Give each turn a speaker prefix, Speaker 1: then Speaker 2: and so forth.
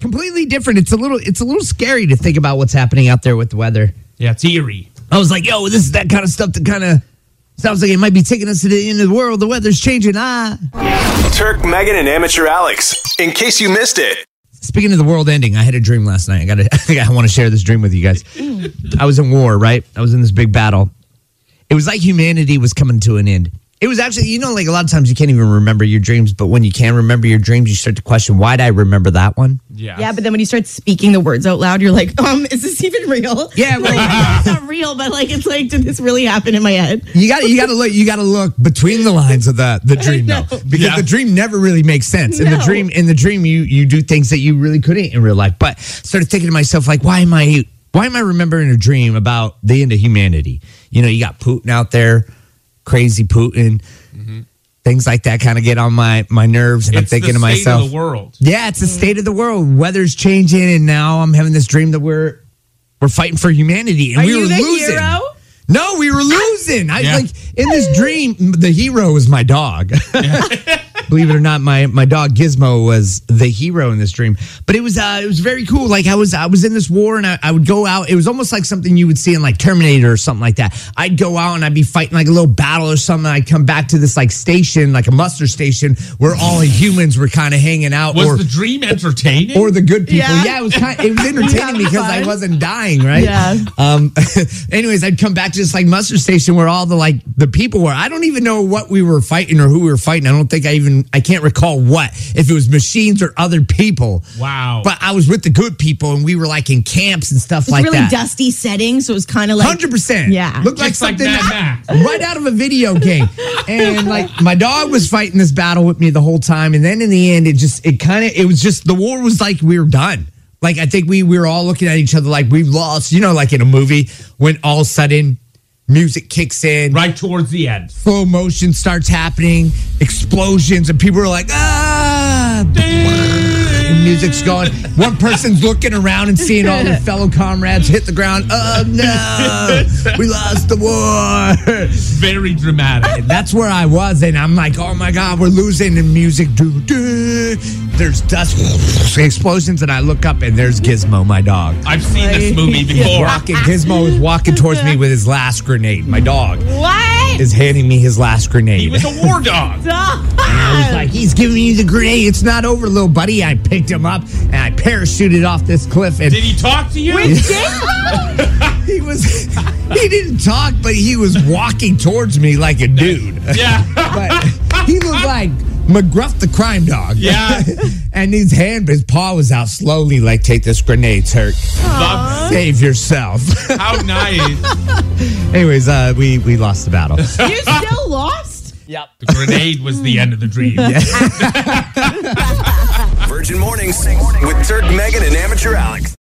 Speaker 1: completely different. It's a little it's a little scary to think about what's happening out there with the weather.
Speaker 2: Yeah, it's eerie.
Speaker 1: I was like, yo, this is that kind of stuff that kind of sounds like it might be taking us to the end of the world. The weather's changing. Ah.
Speaker 3: Turk, Megan, and Amateur Alex. In case you missed it,
Speaker 1: Speaking of the world ending, I had a dream last night. I got to I want to share this dream with you guys. I was in war, right? I was in this big battle. It was like humanity was coming to an end. It was actually, you know, like a lot of times you can't even remember your dreams, but when you can remember your dreams, you start to question, why did I remember that one?
Speaker 2: Yeah.
Speaker 4: Yeah, but then when you start speaking the words out loud, you're like, um, is this even real?
Speaker 1: Yeah,
Speaker 4: Like,
Speaker 1: right.
Speaker 4: it's not real, but like, it's like, did this really happen in my head?
Speaker 1: You got you got to look you got to look between the lines of the the dream though because
Speaker 2: Yeah.
Speaker 1: the dream never really makes sense. In the
Speaker 4: No.
Speaker 1: dream in the dream you you do things that you really couldn't in real life. But started thinking to myself like why am I why am I remembering a dream about the end of humanity? You know, you got Putin out there, crazy Putin. Things like that kind of get on my my nerves and I'm
Speaker 2: Mm-hmm. It's
Speaker 1: thinking
Speaker 2: the
Speaker 1: to
Speaker 2: state
Speaker 1: myself
Speaker 2: of the world.
Speaker 1: yeah, it's the state of the world. Weather's changing, and now I'm having this dream that we're we're fighting for humanity, and
Speaker 4: Are
Speaker 1: we
Speaker 4: you
Speaker 1: were
Speaker 4: the
Speaker 1: losing.
Speaker 4: hero?
Speaker 1: No, we were losing. I
Speaker 2: Yeah.
Speaker 1: like in this dream, the hero was my dog. Believe it or not, my my dog Gizmo was the hero in this dream. But it was uh, it was very cool. Like I was I was in this war, and I, I would go out. It was almost like something you would see in like Terminator or something like that. I'd go out and I'd be fighting like a little battle or something. I'd come back to this like station, like a muster station, where all the humans were kind of hanging out.
Speaker 2: Was
Speaker 1: or,
Speaker 2: the dream entertaining?
Speaker 1: or the good people. Yeah,
Speaker 4: Yeah.
Speaker 1: it was kind it was entertaining because I wasn't dying, right?
Speaker 4: Yeah.
Speaker 1: Um. anyways, I'd come back to this like muster station where all the like the people were. I don't even know what we were fighting or who we were fighting. I don't think I even I can't recall what if it was machines or other people.
Speaker 2: Wow.
Speaker 1: But I was with the good people and we were like in camps and stuff
Speaker 4: It's
Speaker 1: like
Speaker 4: really
Speaker 1: that.
Speaker 4: dusty setting, so it was kind of like
Speaker 1: Hundred percent.
Speaker 4: Yeah.
Speaker 1: looked like
Speaker 2: Just like
Speaker 1: something
Speaker 2: Mad
Speaker 1: right out of a video game. And like my dog was fighting this battle with me the whole time. And then in the end, it just it kind of it was just the war was like we were done. Like I think we we were all looking at each other like we've lost. You know, like in a movie when all of a sudden music kicks in,
Speaker 2: right towards the end.
Speaker 1: slow motion starts happening, explosions, and people are like ah. And music's going. One person's looking around and seeing all their fellow comrades hit the ground. Oh no, we lost the war.
Speaker 2: Very dramatic.
Speaker 1: That's where I was, and I'm like, oh my god, we're losing. And music, doo doo. There's dust, explosions, and I look up, and there's Gizmo, my dog.
Speaker 2: I've seen this movie before.
Speaker 1: Walking, Gizmo is walking towards me with his last grenade. My dog
Speaker 4: what?
Speaker 1: is handing me his last
Speaker 2: He
Speaker 1: grenade.
Speaker 2: was a war dog.
Speaker 1: I was like, he's giving me the grenade. It's not over, little buddy. I picked him up and I parachuted off this cliff. And
Speaker 2: Did he talk to you?
Speaker 1: he was, he didn't talk, but he was walking towards me like a dude.
Speaker 2: yeah.
Speaker 1: but he looked like McGruff the crime dog.
Speaker 2: Yeah.
Speaker 1: and his hand, his paw was out slowly, like, take this grenade, Turk.
Speaker 2: Love-
Speaker 1: Save yourself.
Speaker 2: How nice.
Speaker 1: Anyways, uh, we, we lost the battle.
Speaker 4: you still lost?
Speaker 2: The grenade was the end of the dream.
Speaker 3: Virgin Mornings with Turk, Megan, and Amateur Alex.